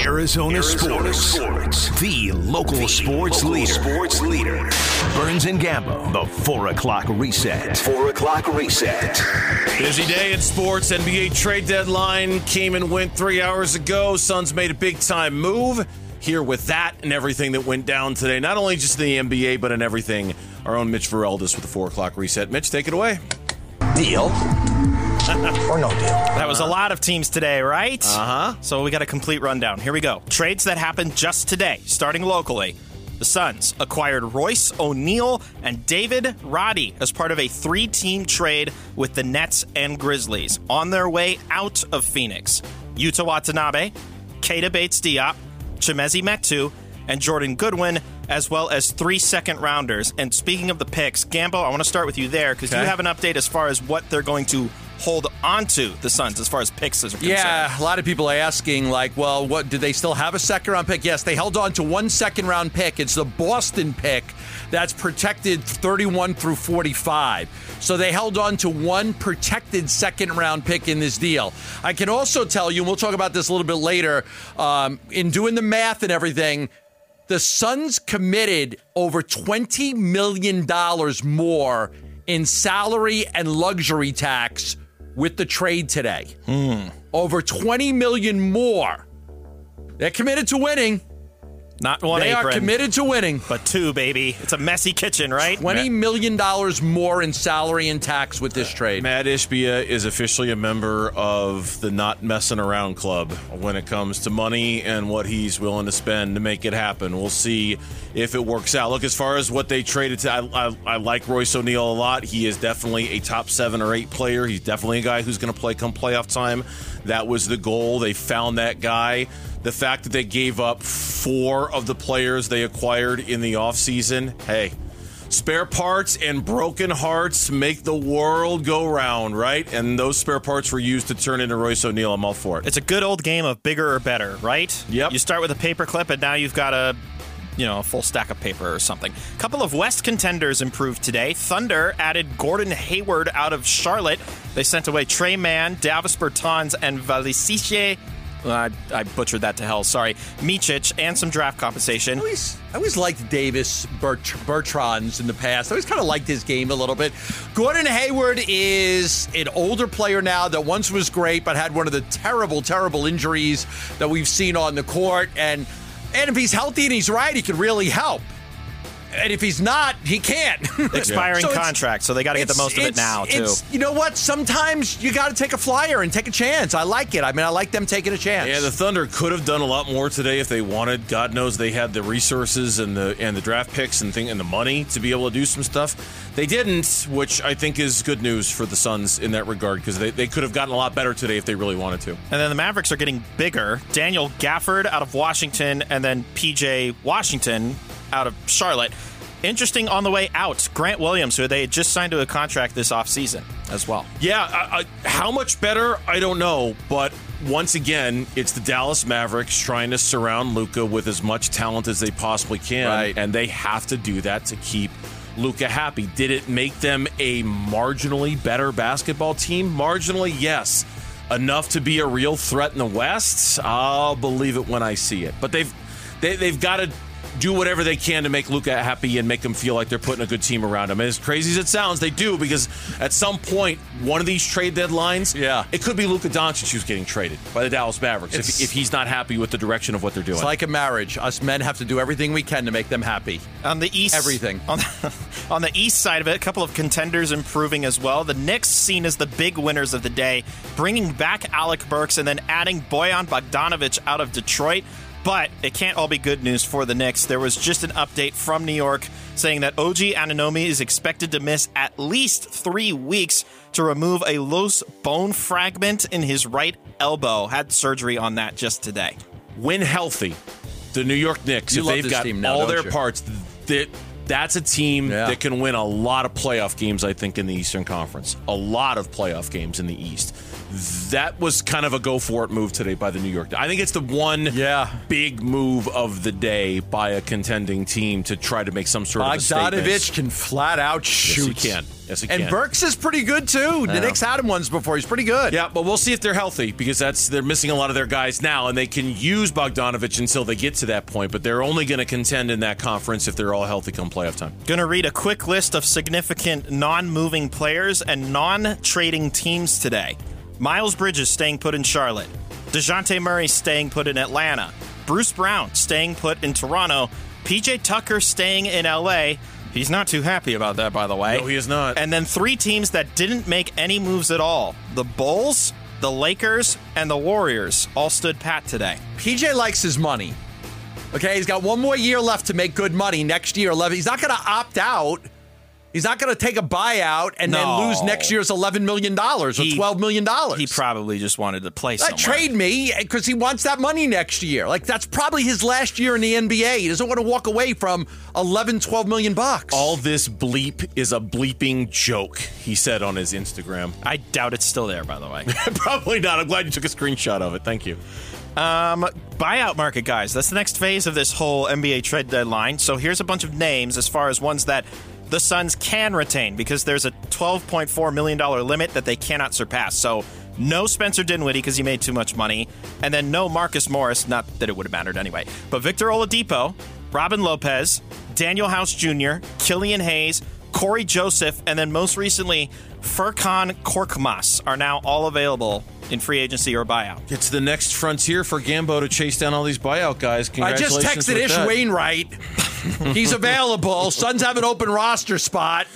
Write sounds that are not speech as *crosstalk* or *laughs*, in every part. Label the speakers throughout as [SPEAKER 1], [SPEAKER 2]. [SPEAKER 1] Arizona, sports. The local sports leader.
[SPEAKER 2] Sports leader.
[SPEAKER 1] Burns and Gambo. The 4 o'clock reset.
[SPEAKER 2] Four o'clock reset.
[SPEAKER 3] Busy day in sports. NBA trade deadline came and went three hours ago. Suns made a big time move. Here with that and everything that went down today, not only just in the NBA, but in everything. Our own Mitch Veraldis with the four o'clock reset. Mitch, take it away.
[SPEAKER 4] Deal or no deal?
[SPEAKER 5] That was a lot of teams today, right? Uh huh. So we got a complete rundown. Here we go. Trades that happened just today, starting locally. The Suns acquired Royce O'Neal and David Roddy as part of a three team trade with the Nets and Grizzlies on their way out of Phoenix. Yuta Watanabe, Kata Bates Diop, Chemezi Metu, and Jordan Goodwin, as well as three second rounders. And speaking of the picks, Gambo, I want to start with you there because you
[SPEAKER 3] Okay.
[SPEAKER 5] have an update as far as what they're going to hold onto the Suns as far as picks is concerned.
[SPEAKER 6] Yeah, a lot of people asking, like, well, what do they still have a second round pick? Yes, they held on to one second round pick. It's the Boston pick that's protected 31 through 45. So they held on to one protected second round pick in this deal. I can also tell you, and we'll talk about this a little bit later, um, in doing the math and everything, the Suns committed over $20 million more in salary and luxury tax with the trade today. Over 20 million more. They're committed to winning.
[SPEAKER 5] Not one
[SPEAKER 6] They
[SPEAKER 5] apron,
[SPEAKER 6] are committed to winning.
[SPEAKER 5] but two, baby. It's a messy kitchen, right?
[SPEAKER 6] $20 million more in salary and tax with this trade.
[SPEAKER 3] Matt Ishbia is officially a member of the Not Messing Around Club when it comes to money and what he's willing to spend to make it happen. We'll see if it works out. Look, as far as what they traded to, I, I, I like Royce O'Neal a lot. He is definitely a top seven or eight player. He's definitely a guy who's going to play come playoff time. That was the goal. They found that guy. The fact that they gave up four of the players they acquired in the offseason, hey, Spare parts and broken hearts make the world go round, right? And those spare parts were used to turn into Royce O'Neal. I'm all for it.
[SPEAKER 5] It's a good old game of bigger or better, right?
[SPEAKER 3] Yep.
[SPEAKER 5] You start with a paperclip, and now you've got a, you know, a full stack of paper or something. A couple of West contenders improved today. Thunder added Gordon Hayward out of Charlotte. They sent away Trey Mann, Davis Bertans, and Valisiche. I, I butchered that to hell. Sorry, Micic, and some draft compensation.
[SPEAKER 6] I always, I always liked Davis Bert, Bertrans in the past. I always kind of liked his game a little bit. Gordon Hayward is an older player now that once was great, but had one of the terrible, terrible injuries that we've seen on the court. And and if he's healthy and he's right, he could really help. And if he's not, he can't. *laughs*
[SPEAKER 5] Expiring
[SPEAKER 6] So it's-
[SPEAKER 5] contract, so they got to get the
[SPEAKER 6] it's-
[SPEAKER 5] most of it
[SPEAKER 6] it's-
[SPEAKER 5] now too.
[SPEAKER 6] it's- you know what? Sometimes you got to take a flyer and take a chance. I like it. I mean, I like them taking a chance.
[SPEAKER 3] yeah, the Thunder could have done a lot more today if they wanted. God knows they had the resources and the and the draft picks and thing and the money to be able to do some stuff. They didn't, which I think is good news for the Suns in that regard because they, they could have gotten a lot better today if they really wanted to.
[SPEAKER 5] And then the Mavericks are getting bigger. Daniel Gafford out of Washington, and then PJ Washington out of Charlotte. Interesting on the way out, Grant Williams, who they had just signed to a contract this offseason as well.
[SPEAKER 3] Yeah, I, I, how much better? I don't know. But once again, it's the Dallas Mavericks trying to surround Luca with as much talent as they possibly can,
[SPEAKER 6] Right.
[SPEAKER 3] and they have to do that to keep Luca happy. Did it make them a marginally better basketball team? Marginally, yes. Enough to be a real threat in the West. I'll believe it when I see it. But they've they, they've got to do whatever they can to make Luca happy and make him feel like they're putting a good team around him. And as crazy as it sounds, they do because at some point, one of these trade deadlines,
[SPEAKER 6] Yeah.
[SPEAKER 3] it could be Luca Doncic who's getting traded by the Dallas Mavericks if,
[SPEAKER 6] It's-
[SPEAKER 3] if he's not happy with the direction of what they're doing.
[SPEAKER 6] it's like a marriage. Us men have to do everything we can to make them happy.
[SPEAKER 5] On the east,
[SPEAKER 6] Everything.
[SPEAKER 5] *laughs* On the, on the east side of it, a couple of contenders improving as well. The Knicks seen as the big winners of the day, bringing back Alec Burks and then adding Boyan Bogdanovich out of Detroit. But it can't all be good news for the Knicks. There was just an update from New York saying that OG Ananomi is expected to miss at least three weeks to remove a loose bone fragment in his right elbow. Had surgery on that just today.
[SPEAKER 3] when healthy, the New York Knicks,
[SPEAKER 6] You
[SPEAKER 3] if
[SPEAKER 6] love
[SPEAKER 3] they've
[SPEAKER 6] this
[SPEAKER 3] got
[SPEAKER 6] team now,
[SPEAKER 3] all
[SPEAKER 6] don't
[SPEAKER 3] their
[SPEAKER 6] you?
[SPEAKER 3] parts, that that's a team
[SPEAKER 6] Yeah.
[SPEAKER 3] that can win a lot of playoff games, I think, in the Eastern Conference. A lot of playoff games in the East. That was kind of a go for it move today by the New York. I think it's the one
[SPEAKER 6] Yeah.
[SPEAKER 3] big move of the day by a contending team to try to make some sort of a statement.
[SPEAKER 6] Bogdanovich can flat out shoot.
[SPEAKER 3] Yes, he can. Yes, he
[SPEAKER 6] and
[SPEAKER 3] can.
[SPEAKER 6] Burks is pretty good too. The Knicks had him once before. He's pretty good.
[SPEAKER 3] Yeah, but we'll see if they're healthy because that's they're missing a lot of their guys now, and they can use Bogdanovich until they get to that point. But they're only going to contend in that conference if they're all healthy come playoff time.
[SPEAKER 5] Gonna read a quick list of significant non moving players and non trading teams today. Miles Bridges staying put in Charlotte. DeJounte Murray staying put in Atlanta. Bruce Brown staying put in Toronto. PJ Tucker staying in LA. He's not too happy about that, by the way.
[SPEAKER 3] No, he is not.
[SPEAKER 5] And then three teams that didn't make any moves at all the Bulls, the Lakers, and the Warriors all stood pat today.
[SPEAKER 6] PJ likes his money. Okay, he's got one more year left to make good money. Next year, eleven. He's not going to opt out. He's not going to take a buyout and
[SPEAKER 5] No.
[SPEAKER 6] then lose next year's eleven million dollars or
[SPEAKER 5] He-
[SPEAKER 6] twelve million dollars.
[SPEAKER 5] He probably just wanted to play
[SPEAKER 6] Like,
[SPEAKER 5] somewhere.
[SPEAKER 6] trade me because he wants that money next year. Like that's probably his last year in the NBA. He doesn't want to walk away from 11, 12 million bucks.
[SPEAKER 3] All this bleep is a bleeping joke, he said on his Instagram. *laughs*
[SPEAKER 5] I doubt it's still there, by the way. *laughs*
[SPEAKER 3] Probably not. I'm glad you took a screenshot of it. Thank you.
[SPEAKER 5] Um, buyout market, guys. That's the next phase of this whole NBA trade deadline. So here's a bunch of names as far as ones that the Suns can retain because there's a $12.4 million limit that they cannot surpass. So no Spencer Dinwiddie because he made too much money, and then no Marcus Morris. Not that it would have mattered anyway. But Victor Oladipo, Robin Lopez, Daniel House Jr., Killian Hayes. Corey Joseph, and then most recently, Furkan Korkmaz are now all available in free agency or buyout.
[SPEAKER 3] It's the next frontier for Gambo to chase down all these buyout guys.
[SPEAKER 6] I just
[SPEAKER 3] Congratulations
[SPEAKER 6] texted
[SPEAKER 3] with
[SPEAKER 6] Ish
[SPEAKER 3] that.
[SPEAKER 6] Wainwright. He's
[SPEAKER 3] *laughs*
[SPEAKER 6] available. Suns have an open roster spot.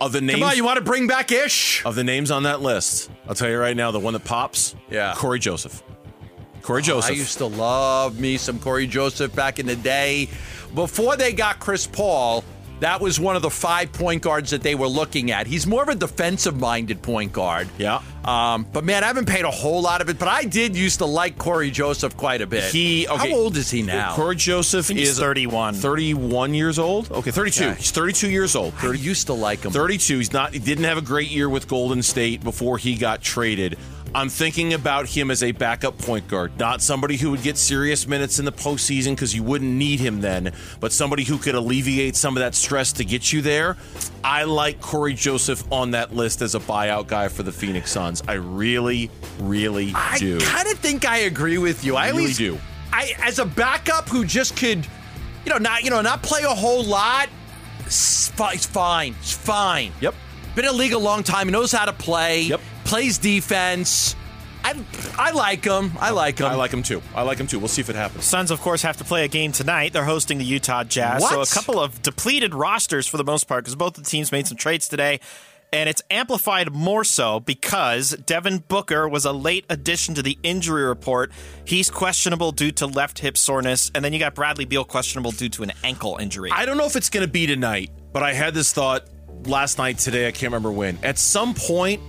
[SPEAKER 3] Of the
[SPEAKER 6] Come on,
[SPEAKER 3] names
[SPEAKER 6] you want to bring back Ish?
[SPEAKER 3] of the names on that list, I'll tell you right now, the one that pops,
[SPEAKER 6] Yeah.
[SPEAKER 3] Corey Joseph. Corey
[SPEAKER 6] I
[SPEAKER 3] Joseph.
[SPEAKER 6] used to love me some Corey Joseph back in the day. Before they got Chris Paul, that was one of the five point guards that they were looking at. He's more of a defensive minded point guard.
[SPEAKER 3] Yeah.
[SPEAKER 6] Um, but man, I haven't paid a whole lot of it. But I did used to like Corey Joseph quite a bit.
[SPEAKER 3] He okay.
[SPEAKER 6] how old is he now?
[SPEAKER 3] Corey Joseph
[SPEAKER 5] he's
[SPEAKER 3] is
[SPEAKER 5] 31.
[SPEAKER 3] 31 years old. Okay, 32.
[SPEAKER 6] Okay.
[SPEAKER 3] He's 32 years old.
[SPEAKER 6] I used to like him.
[SPEAKER 3] 32. He's not. He didn't have a great year with Golden State before he got traded. I'm thinking about him as a backup point guard, not somebody who would get serious minutes in the postseason because you wouldn't need him then, but somebody who could alleviate some of that stress to get you there. I like Corey Joseph on that list as a buyout guy for the Phoenix Suns. I really, really
[SPEAKER 6] I
[SPEAKER 3] do.
[SPEAKER 6] kind of think I agree with you. I
[SPEAKER 3] Really
[SPEAKER 6] always
[SPEAKER 3] do.
[SPEAKER 6] I as a backup who just could, you know, not you know, not play a whole lot. It's fi- it's fine. It's fine.
[SPEAKER 3] Yep.
[SPEAKER 6] Been in the league a long time. He knows how to play.
[SPEAKER 3] Yep.
[SPEAKER 6] Plays defense. I I like him. I like him.
[SPEAKER 3] I like him too. I like him too. We'll see if it happens.
[SPEAKER 5] Suns, of course, have to play a game tonight. They're hosting the Utah Jazz. So a
[SPEAKER 6] What?
[SPEAKER 5] couple of depleted rosters for the most part because both the teams made some trades today. And it's amplified more so because Devin Booker was a late addition to the injury report. He's questionable due to left hip soreness. And then you got Bradley Beal questionable due to an ankle injury.
[SPEAKER 3] I don't know if it's going to be tonight, but I had this thought last night, today. I can't remember when. At some point,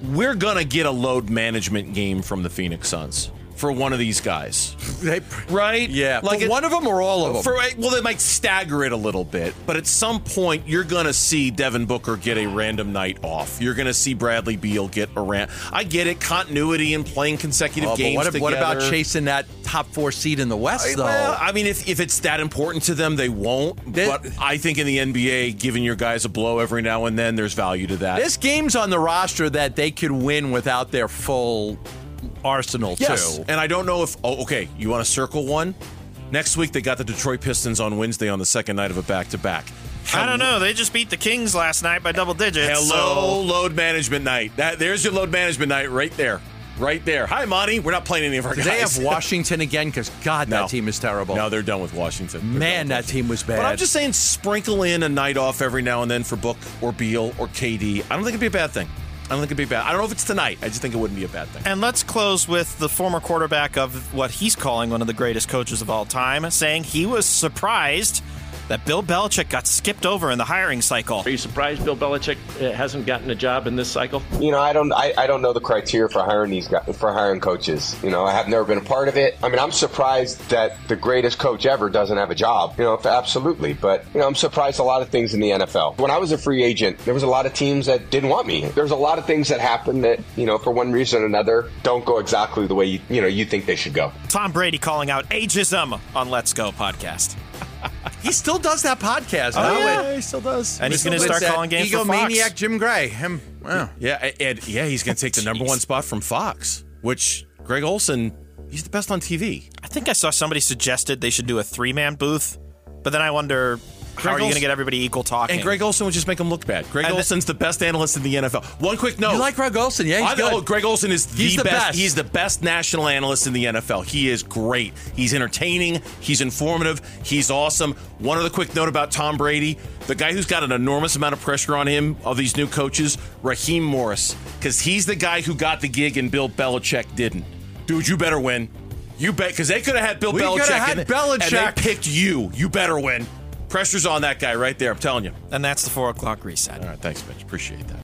[SPEAKER 3] we're going to get a load management game from the Phoenix Suns for one of these guys,
[SPEAKER 6] They-
[SPEAKER 3] right?
[SPEAKER 6] yeah.
[SPEAKER 3] like
[SPEAKER 6] Like one of them or all of them.
[SPEAKER 3] For, well, they might stagger it a little bit, but at some point, you're going to see Devin Booker get a random night off. You're going to see Bradley Beal get a rant. I get it, continuity and playing consecutive
[SPEAKER 6] Oh, but
[SPEAKER 3] games.
[SPEAKER 6] what, ab- what about
[SPEAKER 3] together.
[SPEAKER 6] chasing that top four seed in the West though?
[SPEAKER 3] Well, I mean, if, if it's that important to them, they won't.
[SPEAKER 6] This-
[SPEAKER 3] but I think in the NBA, giving your guys a blow every now and then, there's value to that.
[SPEAKER 6] This game's on the roster that they could win without their full arsenal
[SPEAKER 3] yes.
[SPEAKER 6] too.
[SPEAKER 3] And I don't know if. Oh, okay. You want to circle one? Next week, they got the Detroit Pistons on Wednesday on the second night of a back to back.
[SPEAKER 5] I don't know. They just beat the Kings last night by double digits.
[SPEAKER 3] Hello,
[SPEAKER 5] so-
[SPEAKER 3] load management night. That, there's your load management night right there. Right there. Hi, Monty. We're not playing any of our
[SPEAKER 6] Do they
[SPEAKER 3] guys. *laughs*
[SPEAKER 6] have Washington again? Because God,
[SPEAKER 3] No.
[SPEAKER 6] that team is terrible.
[SPEAKER 3] No, they're done with Washington. They're done
[SPEAKER 6] Man,
[SPEAKER 3] with
[SPEAKER 6] that team was bad.
[SPEAKER 3] But I'm just saying, sprinkle in a night off every now and then for Book or Beal or KD. I don't think it'd be a bad thing. I don't think it'd be bad. I don't know if it's tonight. I just think it wouldn't be a bad thing.
[SPEAKER 5] And let's close with the former quarterback of what he's calling one of the greatest coaches of all time, saying he was surprised that Bill Belichick got skipped over in the hiring cycle.
[SPEAKER 7] Are you surprised Bill Belichick uh, hasn't gotten a job in this cycle?
[SPEAKER 8] You know, I don't, I, I don't know the criteria for hiring these guys, for hiring coaches. You know, I have never been a part of it. I mean, I'm surprised that the greatest coach ever doesn't have a job. You know, if- absolutely. But you know, I'm surprised a lot of things in the NFL. When I was a free agent, there was a lot of teams that didn't want me. There's a lot of things that happen that you know, for one reason or another, don't go exactly the way you, you know you think they should go.
[SPEAKER 5] Tom Brady calling out ageism on Let's Go podcast.
[SPEAKER 6] He still does that podcast.
[SPEAKER 5] Oh,
[SPEAKER 6] huh?
[SPEAKER 5] yeah.
[SPEAKER 6] With-
[SPEAKER 3] he still does.
[SPEAKER 5] And he's going to
[SPEAKER 6] with
[SPEAKER 5] start
[SPEAKER 6] that
[SPEAKER 5] calling games for Fox.
[SPEAKER 6] egomaniac Jim Gray. Him. Wow.
[SPEAKER 3] Yeah, a- and yeah, he's going to take the number one spot from Fox, which Greg Olson, he's the best on TV.
[SPEAKER 5] I think I saw somebody suggested they should do a three man booth, but then I wonder how are you
[SPEAKER 3] Olson-
[SPEAKER 5] going to get everybody equal talking?
[SPEAKER 3] And Greg Olson would just make him look bad. Greg
[SPEAKER 5] And the-
[SPEAKER 3] Olson's the best analyst in the NFL. One quick note.
[SPEAKER 6] You like Greg Olson? Yeah, he's
[SPEAKER 3] I
[SPEAKER 6] good.
[SPEAKER 3] know Greg Olson is the,
[SPEAKER 6] He's the
[SPEAKER 3] best.
[SPEAKER 6] best.
[SPEAKER 3] He's the best national analyst in the NFL. He is great. He's entertaining. He's informative. He's awesome. One other quick note about Tom Brady: the guy who's got an enormous amount of pressure on him of these new coaches, Raheem Morris, because he's the guy who got the gig and Bill Belichick didn't. Dude, you better win. You bet because they could have had Bill
[SPEAKER 6] We coulda
[SPEAKER 3] Belichick.
[SPEAKER 6] had
[SPEAKER 3] and, and
[SPEAKER 6] Belichick.
[SPEAKER 3] they picked you. You better win. Pressure's on that guy right there. I'm telling you.
[SPEAKER 5] and that's the four o'clock reset.
[SPEAKER 3] All right, thanks, Mitch. Appreciate that.